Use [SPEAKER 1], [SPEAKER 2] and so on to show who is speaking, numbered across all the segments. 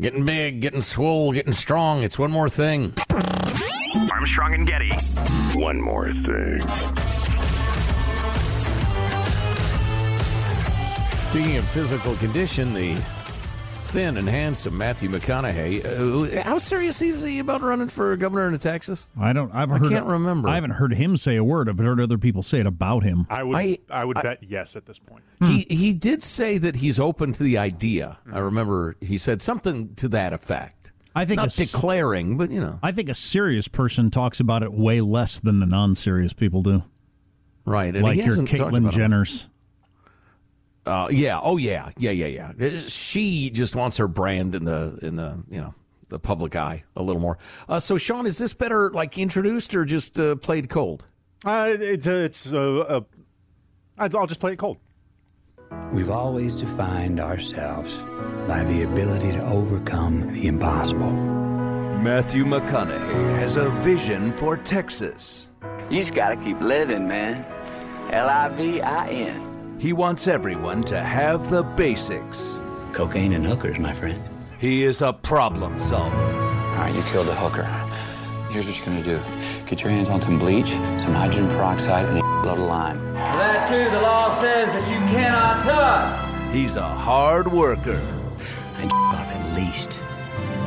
[SPEAKER 1] Getting big, getting swole, getting strong. It's one more thing.
[SPEAKER 2] Armstrong and Getty. One more thing.
[SPEAKER 1] Speaking of physical condition, the thin and handsome Matthew McConaughey. Uh, how serious is he about running for governor of Texas?
[SPEAKER 3] I don't. I've
[SPEAKER 1] I
[SPEAKER 3] heard.
[SPEAKER 1] can't remember.
[SPEAKER 3] I haven't heard him say a word. I've heard other people say it about him.
[SPEAKER 4] I would
[SPEAKER 1] I-
[SPEAKER 4] I, would
[SPEAKER 1] I-
[SPEAKER 4] bet yes at this point.
[SPEAKER 3] Hmm.
[SPEAKER 1] He he did say that he's open to the idea. I remember he said something to that effect.
[SPEAKER 3] I think
[SPEAKER 1] not
[SPEAKER 3] a s-
[SPEAKER 1] declaring, but you know,
[SPEAKER 3] I think a serious person talks about it way less than the non-serious people do,
[SPEAKER 1] right? And
[SPEAKER 3] like
[SPEAKER 1] he
[SPEAKER 3] your
[SPEAKER 1] hasn't talked
[SPEAKER 3] Caitlyn
[SPEAKER 1] about it.
[SPEAKER 3] Jenner's.
[SPEAKER 1] Uh, yeah. Oh yeah. Yeah. Yeah. Yeah. She just wants her brand in the in the you know the public eye a little more. Uh, so Sean, is this better like introduced or just uh, played cold?
[SPEAKER 4] Uh, it's a, it's uh, i I'll just play it cold.
[SPEAKER 5] We've always defined ourselves by the ability to overcome the impossible.
[SPEAKER 6] Matthew McConaughey has a vision for Texas.
[SPEAKER 7] You just gotta keep living, man. L I V I N.
[SPEAKER 6] He wants everyone to have the basics.
[SPEAKER 5] Cocaine and hookers, my friend.
[SPEAKER 6] He is a problem solver.
[SPEAKER 7] All right, you killed a hooker. Here's what you're gonna do: get your hands on some bleach, some hydrogen peroxide, and a load of lime.
[SPEAKER 6] That too, the law says that you cannot touch. He's a hard worker.
[SPEAKER 5] I off at least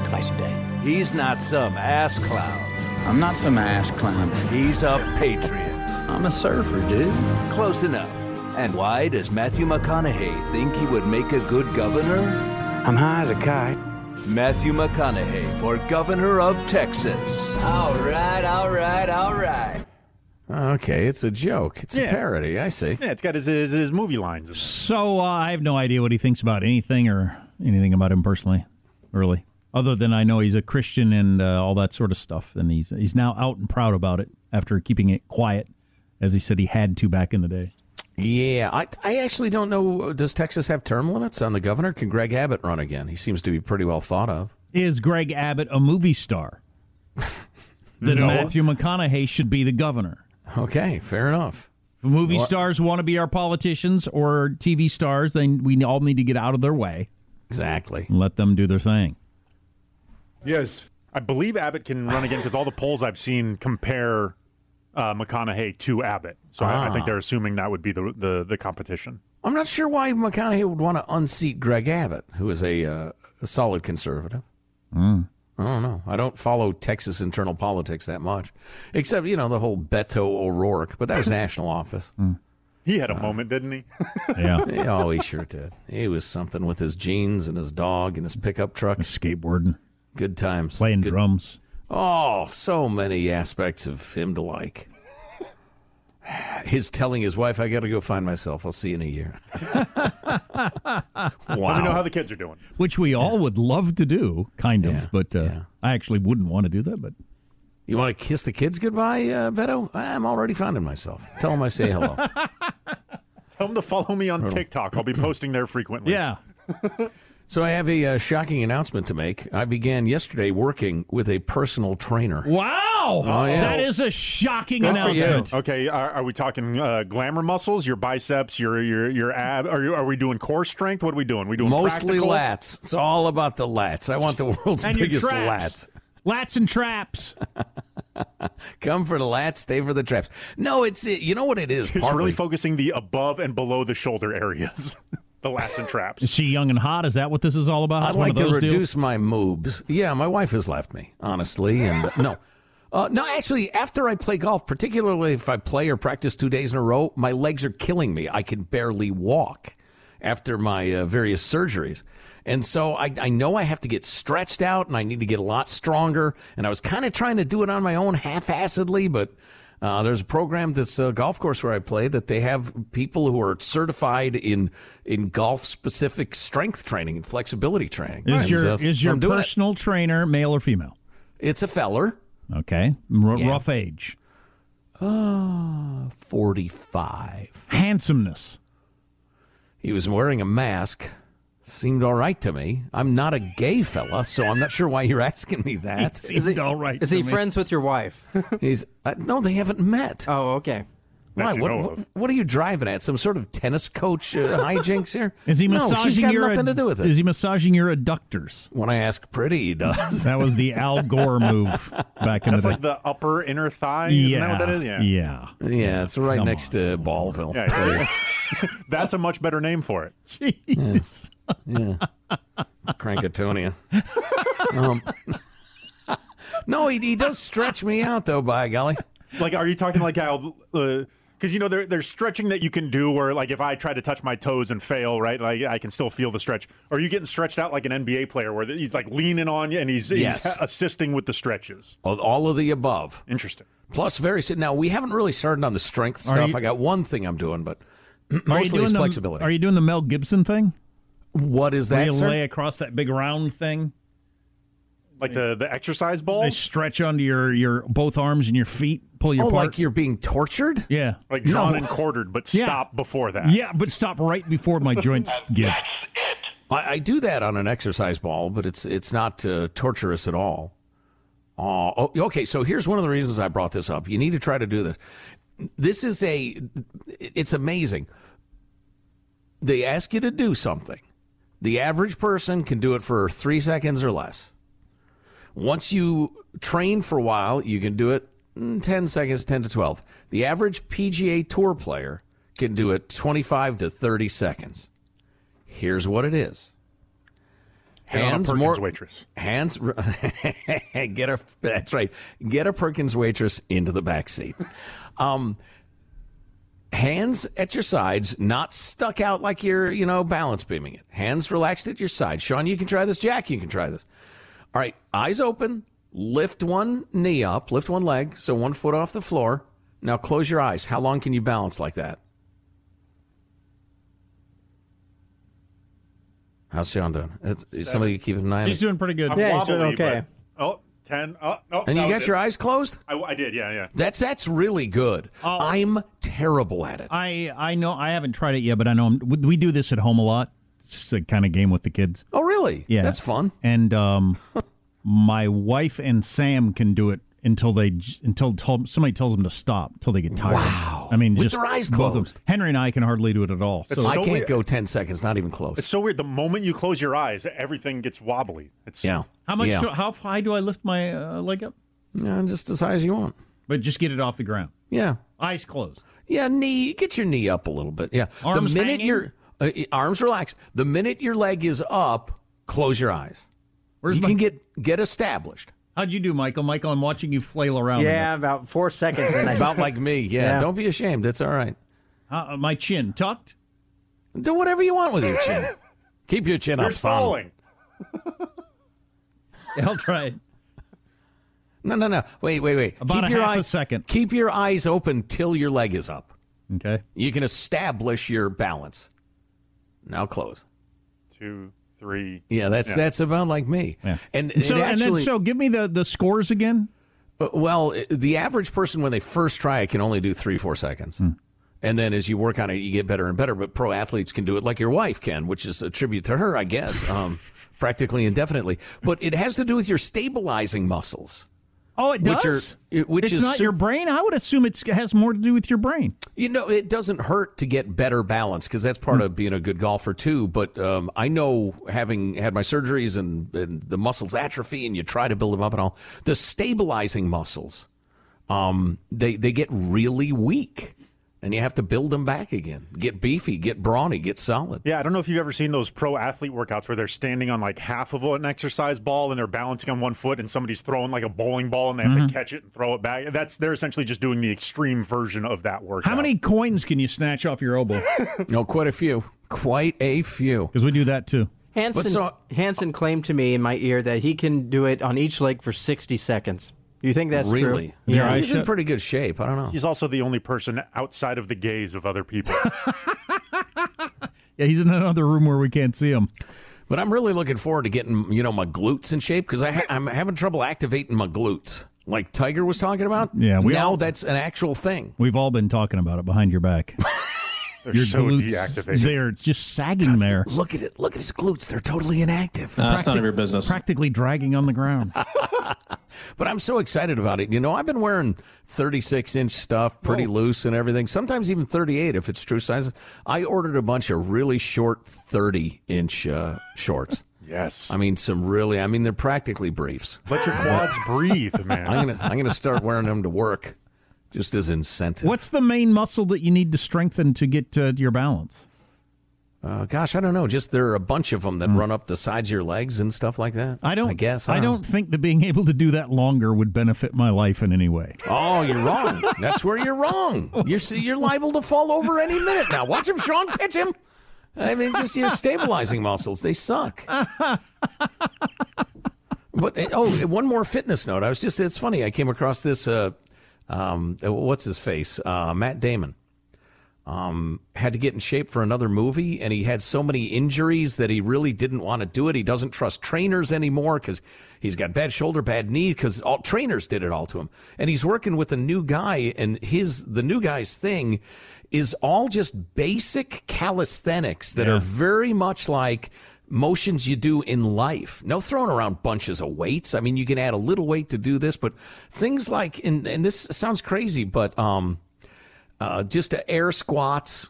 [SPEAKER 5] twice a day.
[SPEAKER 6] He's not some ass clown.
[SPEAKER 7] I'm not some ass clown.
[SPEAKER 6] He's a patriot.
[SPEAKER 7] I'm a surfer, dude.
[SPEAKER 6] Close enough. And why does Matthew McConaughey think he would make a good governor?
[SPEAKER 5] I'm high as a kite.
[SPEAKER 6] Matthew McConaughey for governor of Texas.
[SPEAKER 7] All right, all right, all right.
[SPEAKER 1] Okay, it's a joke. It's a
[SPEAKER 4] Yeah.
[SPEAKER 1] parody. I see.
[SPEAKER 4] Yeah, it's got his his, his movie lines. In there.
[SPEAKER 3] So uh, I have no idea what he thinks about anything or anything about him personally, really. Other than I know he's a Christian and uh, all that sort of stuff, and he's he's now out and proud about it after keeping it quiet, as he said he had to back in the day.
[SPEAKER 1] Yeah, I, I actually don't know. Does Texas have term limits on the governor? Can Greg Abbott run again? He seems to be pretty well thought of.
[SPEAKER 3] Is Greg Abbott a movie star? Then Matthew McConaughey should be the governor.
[SPEAKER 1] Okay, fair enough.
[SPEAKER 3] If movie stars want to be our politicians or TV stars, then we all need to get out of their way
[SPEAKER 1] Exactly.
[SPEAKER 3] and let them do their thing.
[SPEAKER 4] Yes, I believe Abbott can run again because all the polls I've seen compare uh, McConaughey to Abbott. So I, I
[SPEAKER 1] Ah.
[SPEAKER 4] think they're assuming that would be the the, the competition.
[SPEAKER 1] I'm not sure why McConaughey would want to unseat Greg Abbott, who is a, uh, a solid conservative. I don't know. I don't follow Texas internal politics that much, except you know the whole Beto O'Rourke, but that was national office.
[SPEAKER 4] He had a
[SPEAKER 1] Ah.
[SPEAKER 4] moment, didn't he?
[SPEAKER 3] Yeah,
[SPEAKER 1] oh, he sure did. He was something with his jeans and his dog and his pickup truck.
[SPEAKER 3] skateboarding.
[SPEAKER 1] Good times.
[SPEAKER 3] Playing drums.
[SPEAKER 1] Oh, so many aspects of him to like. His telling his wife, I got to go find myself. I'll see you in a year.
[SPEAKER 4] Let me know how the kids are doing.
[SPEAKER 3] Which we all would love to do, kind of, but uh, I actually wouldn't want to do that. But
[SPEAKER 1] You want to kiss the kids goodbye, uh, Beto? I'm already finding myself. Tell them I say hello.
[SPEAKER 4] Tell them to follow me on TikTok. I'll be posting there frequently.
[SPEAKER 3] Yeah.
[SPEAKER 1] so I have a uh, shocking announcement to make. I began yesterday working with a personal trainer.
[SPEAKER 3] Wow,
[SPEAKER 1] Oh, yeah.
[SPEAKER 3] that is a shocking
[SPEAKER 4] Good for you.
[SPEAKER 3] announcement.
[SPEAKER 4] Okay, are, are we talking uh, glamour muscles, your biceps, your your your ab? Are you, are we doing core strength? What are we doing? We doing
[SPEAKER 1] Mostly
[SPEAKER 4] practical?
[SPEAKER 1] lats. It's all about the lats. I want the world's
[SPEAKER 3] And your
[SPEAKER 1] biggest
[SPEAKER 3] traps.
[SPEAKER 1] lats.
[SPEAKER 3] Lats and traps.
[SPEAKER 1] Come for the lats, stay for the traps. No, it's you know what it is.
[SPEAKER 4] It's
[SPEAKER 1] partly?
[SPEAKER 4] really focusing the above and below the shoulder areas, the lats and traps.
[SPEAKER 3] Is she young and hot? Is that what this is all about?
[SPEAKER 1] I'd
[SPEAKER 3] It's one
[SPEAKER 1] like
[SPEAKER 3] of
[SPEAKER 1] to
[SPEAKER 3] those
[SPEAKER 1] reduce
[SPEAKER 3] deals?
[SPEAKER 1] my moobs. Yeah, my wife has left me, honestly. And no, uh, no, actually, after I play golf, particularly if I play or practice two days in a row, my legs are killing me. I can barely walk after my uh, various surgeries. And so I, I know I have to get stretched out and I need to get a lot stronger. And I was kind of trying to do it on my own half assedly, but uh, there's a program, this uh, golf course where I play, that they have people who are certified in in golf specific strength training and flexibility training.
[SPEAKER 3] Is
[SPEAKER 1] And
[SPEAKER 3] your
[SPEAKER 1] so-
[SPEAKER 3] is
[SPEAKER 1] so
[SPEAKER 3] your
[SPEAKER 1] I'm doing it.
[SPEAKER 3] personal trainer male or female?
[SPEAKER 1] It's a feller,
[SPEAKER 3] Okay, R-
[SPEAKER 1] Yeah.
[SPEAKER 3] rough age,
[SPEAKER 1] Ah, forty five.
[SPEAKER 3] handsomeness.
[SPEAKER 1] He was wearing a mask. Seemed all right to me. I'm not a gay fella, so I'm not sure why you're asking me that.
[SPEAKER 3] Is it all right?
[SPEAKER 8] Is
[SPEAKER 3] to
[SPEAKER 8] he
[SPEAKER 3] me.
[SPEAKER 8] friends with your wife?
[SPEAKER 1] He's uh, no, they haven't met.
[SPEAKER 8] oh, okay.
[SPEAKER 1] Why?
[SPEAKER 4] you
[SPEAKER 1] What,
[SPEAKER 4] know
[SPEAKER 1] what,
[SPEAKER 4] of.
[SPEAKER 1] what are you driving at? Some sort of tennis coach uh, hijinks here?
[SPEAKER 3] Is he
[SPEAKER 1] no,
[SPEAKER 3] massaging
[SPEAKER 1] she's got
[SPEAKER 3] your uh,
[SPEAKER 1] nothing to do with it.
[SPEAKER 3] Is he massaging your adductors?
[SPEAKER 1] when I ask pretty, he does.
[SPEAKER 3] That was the Al Gore move back in
[SPEAKER 4] That's
[SPEAKER 3] the
[SPEAKER 4] like
[SPEAKER 3] day.
[SPEAKER 4] the upper inner thigh. Isn't that what that is? Yeah.
[SPEAKER 3] yeah.
[SPEAKER 1] Yeah, it's right next to Ballville.
[SPEAKER 4] Yeah, it is. That's a much better name for it.
[SPEAKER 3] Jeez.
[SPEAKER 1] Crankatonia. um, no, he, he does stretch me out, though, by golly.
[SPEAKER 4] Like, are you talking like how? Because you know, there, there's stretching that you can do where, like, if I try to touch my toes and fail, right? Like, I can still feel the stretch. Or are you getting stretched out like an NBA player where he's like leaning on you and he's,
[SPEAKER 1] Yes.
[SPEAKER 4] he's assisting with the stretches?
[SPEAKER 1] All- All of the above.
[SPEAKER 4] Interesting.
[SPEAKER 1] Plus, very. Now, we haven't really started on the strength stuff.
[SPEAKER 3] you-
[SPEAKER 1] I got one thing I'm doing, but
[SPEAKER 3] Are you
[SPEAKER 1] mostly
[SPEAKER 3] doing
[SPEAKER 1] it's
[SPEAKER 3] the-
[SPEAKER 1] flexibility.
[SPEAKER 3] are you doing the Mel Gibson thing?
[SPEAKER 1] what is
[SPEAKER 3] They
[SPEAKER 1] that, sir?
[SPEAKER 3] lay across that big round thing.
[SPEAKER 4] Like the, the exercise
[SPEAKER 3] They
[SPEAKER 4] balls?
[SPEAKER 3] stretch onto your your both arms and your feet. Pull you
[SPEAKER 1] oh,
[SPEAKER 3] apart.
[SPEAKER 1] like you're being tortured?
[SPEAKER 3] yeah.
[SPEAKER 4] like drawn and quartered, but
[SPEAKER 3] Yeah.
[SPEAKER 4] stop before that.
[SPEAKER 3] Yeah, but stop right before my joints give.
[SPEAKER 1] I, I do that on an exercise ball, but it's it's not uh, torturous at all. Aw, Oh, okay. So here's one of the reasons I brought this up. You need to try to do this. This is a. It's amazing. They ask you to do something. The average person can do it for three seconds or less. Once you train for a while, you can do it mm, 10 seconds, 10 to 12. The average PGA Tour player can do it 25 to 30 seconds. Here's what it is.
[SPEAKER 4] And on a
[SPEAKER 1] Hands
[SPEAKER 4] Perkins
[SPEAKER 1] more
[SPEAKER 4] waitress.
[SPEAKER 1] hands get a that's right. Get a Perkins waitress into the back seat. Um hands at your sides, not stuck out like you're, you know, balance beaming it. Hands relaxed at your side. Sean, you can try this. Jack, you can try this. All right, eyes open. Lift one knee up, lift one leg, so one foot off the floor. Now close your eyes. How long can you balance like that? How's Sean doing? It's, is somebody keeping an eye on
[SPEAKER 3] He's
[SPEAKER 1] his-
[SPEAKER 3] doing pretty good.
[SPEAKER 4] I'm
[SPEAKER 8] Yeah, he's
[SPEAKER 4] wobbly,
[SPEAKER 8] doing okay.
[SPEAKER 4] But, oh, 10. Oh, oh,
[SPEAKER 1] And
[SPEAKER 4] that
[SPEAKER 1] you
[SPEAKER 4] was
[SPEAKER 1] got
[SPEAKER 4] it.
[SPEAKER 1] your eyes closed?
[SPEAKER 4] I, I did, yeah, yeah.
[SPEAKER 1] That's that's really good.
[SPEAKER 3] Oh.
[SPEAKER 1] I'm terrible at it.
[SPEAKER 3] I I know I haven't tried it yet, but I know I'm, we we do this at home a lot. It's a kind of game with the kids.
[SPEAKER 1] oh, really?
[SPEAKER 3] Yeah,
[SPEAKER 1] That's fun.
[SPEAKER 3] And um, my wife and Sam can do it until they j- until tell, somebody tells them to stop until they get tired. Wow. I mean,
[SPEAKER 1] With
[SPEAKER 3] just
[SPEAKER 1] their eyes
[SPEAKER 3] both of them.
[SPEAKER 1] closed.
[SPEAKER 3] Henry and I can hardly do it at all. So
[SPEAKER 1] I
[SPEAKER 4] so
[SPEAKER 1] can't
[SPEAKER 4] weird.
[SPEAKER 1] go 10 seconds, not even close.
[SPEAKER 4] It's so weird. The moment you close your eyes, everything gets wobbly. It's
[SPEAKER 1] yeah.
[SPEAKER 3] how much?
[SPEAKER 1] Yeah.
[SPEAKER 3] do- how high do I lift my uh, leg up?
[SPEAKER 1] Yeah, just as high as you want.
[SPEAKER 3] But just get it off the ground.
[SPEAKER 1] Yeah.
[SPEAKER 3] Eyes closed.
[SPEAKER 1] Yeah, knee. Get your knee up a little bit. Yeah.
[SPEAKER 3] Arms
[SPEAKER 1] the minute
[SPEAKER 3] hanging?
[SPEAKER 1] your uh, arms relaxed, the minute your leg is up, close your eyes.
[SPEAKER 3] Where's
[SPEAKER 1] you
[SPEAKER 3] my-
[SPEAKER 1] can get get established.
[SPEAKER 3] How'd you do, Michael? Michael, I'm watching you flail around. in
[SPEAKER 8] Yeah, about four seconds. And I
[SPEAKER 1] About like me. Yeah. Don't be ashamed. It's all right.
[SPEAKER 3] there. Uh, my chin tucked.
[SPEAKER 1] Do whatever you want with your chin. Keep your chin
[SPEAKER 4] You're
[SPEAKER 1] up, son.
[SPEAKER 4] stalling.
[SPEAKER 3] I'll try it.
[SPEAKER 1] No, no, no. Wait, wait, wait.
[SPEAKER 3] About
[SPEAKER 1] keep
[SPEAKER 3] a
[SPEAKER 1] your
[SPEAKER 3] half a
[SPEAKER 1] eyes,
[SPEAKER 3] second.
[SPEAKER 1] Keep your eyes open till your leg is up.
[SPEAKER 3] Okay.
[SPEAKER 1] You can establish your balance. Now close.
[SPEAKER 4] Two, three.
[SPEAKER 1] Yeah, that's that's about like me. And,
[SPEAKER 3] And so
[SPEAKER 1] it
[SPEAKER 3] and then
[SPEAKER 1] actually-
[SPEAKER 3] so give me the the scores again.
[SPEAKER 1] Uh, Well, i- the average person, when they first try it, can only do three, four seconds.
[SPEAKER 3] Hmm.
[SPEAKER 1] And then as you work on it, you get better and better. But pro athletes can do it like your wife can, which is a tribute to her, I guess, um, practically indefinitely. But it has to do with your stabilizing muscles.
[SPEAKER 3] Oh, it
[SPEAKER 1] Which
[SPEAKER 3] does.
[SPEAKER 1] are- it- which
[SPEAKER 3] it's
[SPEAKER 1] is
[SPEAKER 3] not
[SPEAKER 1] su-
[SPEAKER 3] your brain. I would assume it has more to do with your brain.
[SPEAKER 1] You know, it doesn't hurt to get better balance because that's
[SPEAKER 8] Hmm.
[SPEAKER 1] part of being a good golfer too. But um, I know, having had my surgeries and, and the muscles atrophy, and you try to build them up and all, the stabilizing muscles, um, they they get really weak, and you have to build them back again. Get beefy, get brawny, get solid.
[SPEAKER 4] Yeah, I don't know if you've ever seen those pro athlete workouts where they're standing on like half of an exercise ball and they're balancing on one foot, and somebody's throwing like a bowling ball and they have
[SPEAKER 1] Mm-hmm.
[SPEAKER 4] to catch it and throw it back. That's they're essentially just doing the extreme version of that workout.
[SPEAKER 3] How many coins can you snatch off your elbow?
[SPEAKER 1] no, quite a few. Quite a few.
[SPEAKER 3] Because we do that too.
[SPEAKER 8] Hanson, Hanson claimed to me in my ear that he can do it on each leg for 60 seconds. You think that's true?
[SPEAKER 1] really,
[SPEAKER 8] Yeah.
[SPEAKER 1] he's in pretty good shape. I don't know.
[SPEAKER 4] He's also the only person outside of the gaze of other people.
[SPEAKER 3] Yeah, he's in another room where we can't see him.
[SPEAKER 1] But I'm really looking forward to getting you know my glutes in shape because ha- I'm having trouble activating my glutes, like Tiger was talking about.
[SPEAKER 3] Yeah, we
[SPEAKER 1] now
[SPEAKER 3] all-
[SPEAKER 1] that's an actual thing.
[SPEAKER 3] We've all been talking about it behind your back.
[SPEAKER 4] They're
[SPEAKER 3] your
[SPEAKER 4] so
[SPEAKER 3] glutes,
[SPEAKER 4] deactivated.
[SPEAKER 3] They're just sagging there.
[SPEAKER 1] Look at it. Look at his glutes. They're totally inactive.
[SPEAKER 3] That's none of your business. Practically dragging on the ground.
[SPEAKER 1] But I'm so excited about it. You know, I've been wearing 36 inch stuff, pretty loose and everything. Sometimes even 38 if it's true size. I ordered a bunch of really short 30 inch uh, shorts.
[SPEAKER 4] yes.
[SPEAKER 1] I mean, some really. I mean, they're practically briefs.
[SPEAKER 4] Let your quads breathe, man.
[SPEAKER 1] I'm gonna I'm gonna start wearing them to work, just as incentive.
[SPEAKER 3] What's the main muscle that you need to strengthen to get uh, your balance?
[SPEAKER 1] Uh, gosh, I don't know. Just there are a bunch of them that run up the sides of your legs and stuff like that.
[SPEAKER 3] Hmm. I don't
[SPEAKER 1] I guess.
[SPEAKER 3] I don't think that being able to do that longer would benefit my life in any way.
[SPEAKER 1] Oh, you're wrong. That's where you're wrong. You're see, you're liable to fall over any minute now. Watch him, Sean. Catch him. I mean, it's just your stabilizing muscles. They suck. but eh, oh, one more fitness note. I was just. It's funny. I came across this. Uh, um, what's his face? Uh, Matt Damon. um, had to get in shape for another movie, and he had so many injuries that he really didn't want to do it. He doesn't trust trainers anymore because he's got bad shoulder, bad knee, because all trainers did it all to him. And he's working with a new guy, and his the new guy's thing is all just basic calisthenics that are very much like motions you do in life. No throwing around bunches of weights. I mean, you can add a little weight to do this, but things like and and this sounds crazy, but um uh, just uh, air squats,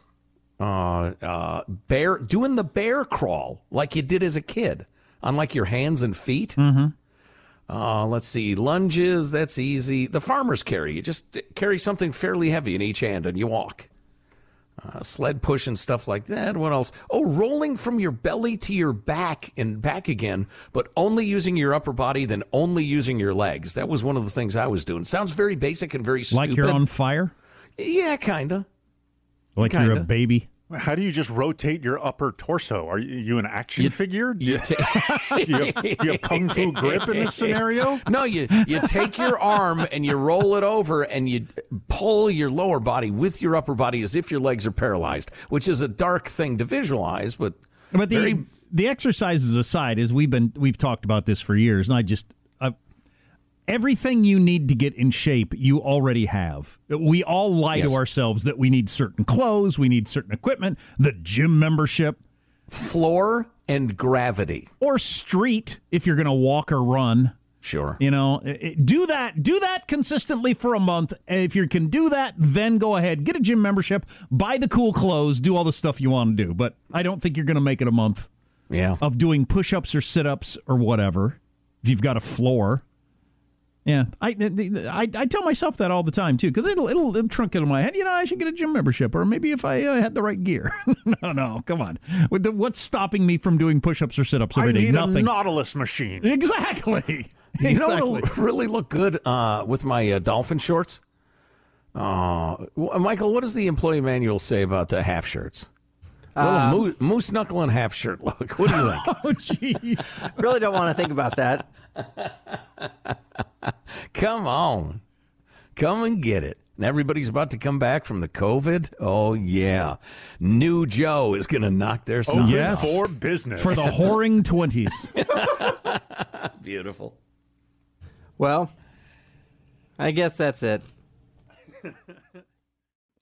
[SPEAKER 1] uh, uh, bear doing the bear crawl like you did as a kid on like your hands and feet. Uh, let's see, lunges. That's easy. The farmers carry. You just carry something fairly heavy in each hand and you walk. Uh, sled push and stuff like that. What else? Oh, rolling from your belly to your back and back again, but only using your upper body, then only using your legs. That was one of the things I was doing. Sounds very basic and very stupid.
[SPEAKER 3] Like you're on fire?
[SPEAKER 1] Yeah, kinda.
[SPEAKER 3] Like you're a
[SPEAKER 1] Kinda.
[SPEAKER 3] baby?
[SPEAKER 4] How do you just rotate your upper torso? Are you, you an action figure? Do
[SPEAKER 1] You
[SPEAKER 4] you,
[SPEAKER 1] ta-
[SPEAKER 4] do you have, do you have kung fu grip in this scenario?
[SPEAKER 1] no, you you take your arm and you roll it over and you pull your lower body with your upper body as if your legs are paralyzed, which is a dark thing to visualize, but
[SPEAKER 3] But the
[SPEAKER 1] Very-
[SPEAKER 3] the exercises aside, as we've been we've talked about this for years, and I just I, everything you need to get in shape, you already have. We all lie
[SPEAKER 1] Yes.
[SPEAKER 3] to ourselves that we need certain clothes, we need certain equipment, the gym membership,
[SPEAKER 1] floor and gravity.
[SPEAKER 3] or street if you're going to walk or run.
[SPEAKER 1] Sure.
[SPEAKER 3] You know, i- i- do that. Do that consistently for a month. And if you can do that, then go ahead, get a gym membership, buy the cool clothes, do all the stuff you want to do. But I don't think you're going to make it a month
[SPEAKER 1] Yeah.
[SPEAKER 4] Um,
[SPEAKER 3] of doing push-ups or sit-ups or whatever. If you've got a floor, yeah, I I, I tell myself that all the time too because it'll, it'll it'll trunk it in my head. You know, I should get a gym membership, or maybe if I uh, had the right gear. no, no, come on. With the, what's stopping me from doing push-ups or sit-ups
[SPEAKER 4] I
[SPEAKER 3] every day?
[SPEAKER 4] need a
[SPEAKER 3] Nothing.
[SPEAKER 4] Nautilus machine.
[SPEAKER 3] exactly.
[SPEAKER 1] You know
[SPEAKER 3] exactly.
[SPEAKER 1] what'll really look good uh, with my uh, dolphin shorts? Uh, w- Michael, what does the employee manual say about the half shirts? Well, moose, moose knuckle and half shirt look. What do you think?
[SPEAKER 3] oh, jeez.
[SPEAKER 9] really don't want to think about that.
[SPEAKER 1] come on. Come and get it. And everybody's about to come back from the COVID. Oh, yeah. New Joe is going to knock their socks
[SPEAKER 4] Open
[SPEAKER 1] off.
[SPEAKER 4] for business.
[SPEAKER 3] For the whoring 20s.
[SPEAKER 1] Beautiful.
[SPEAKER 9] Well, I guess that's it.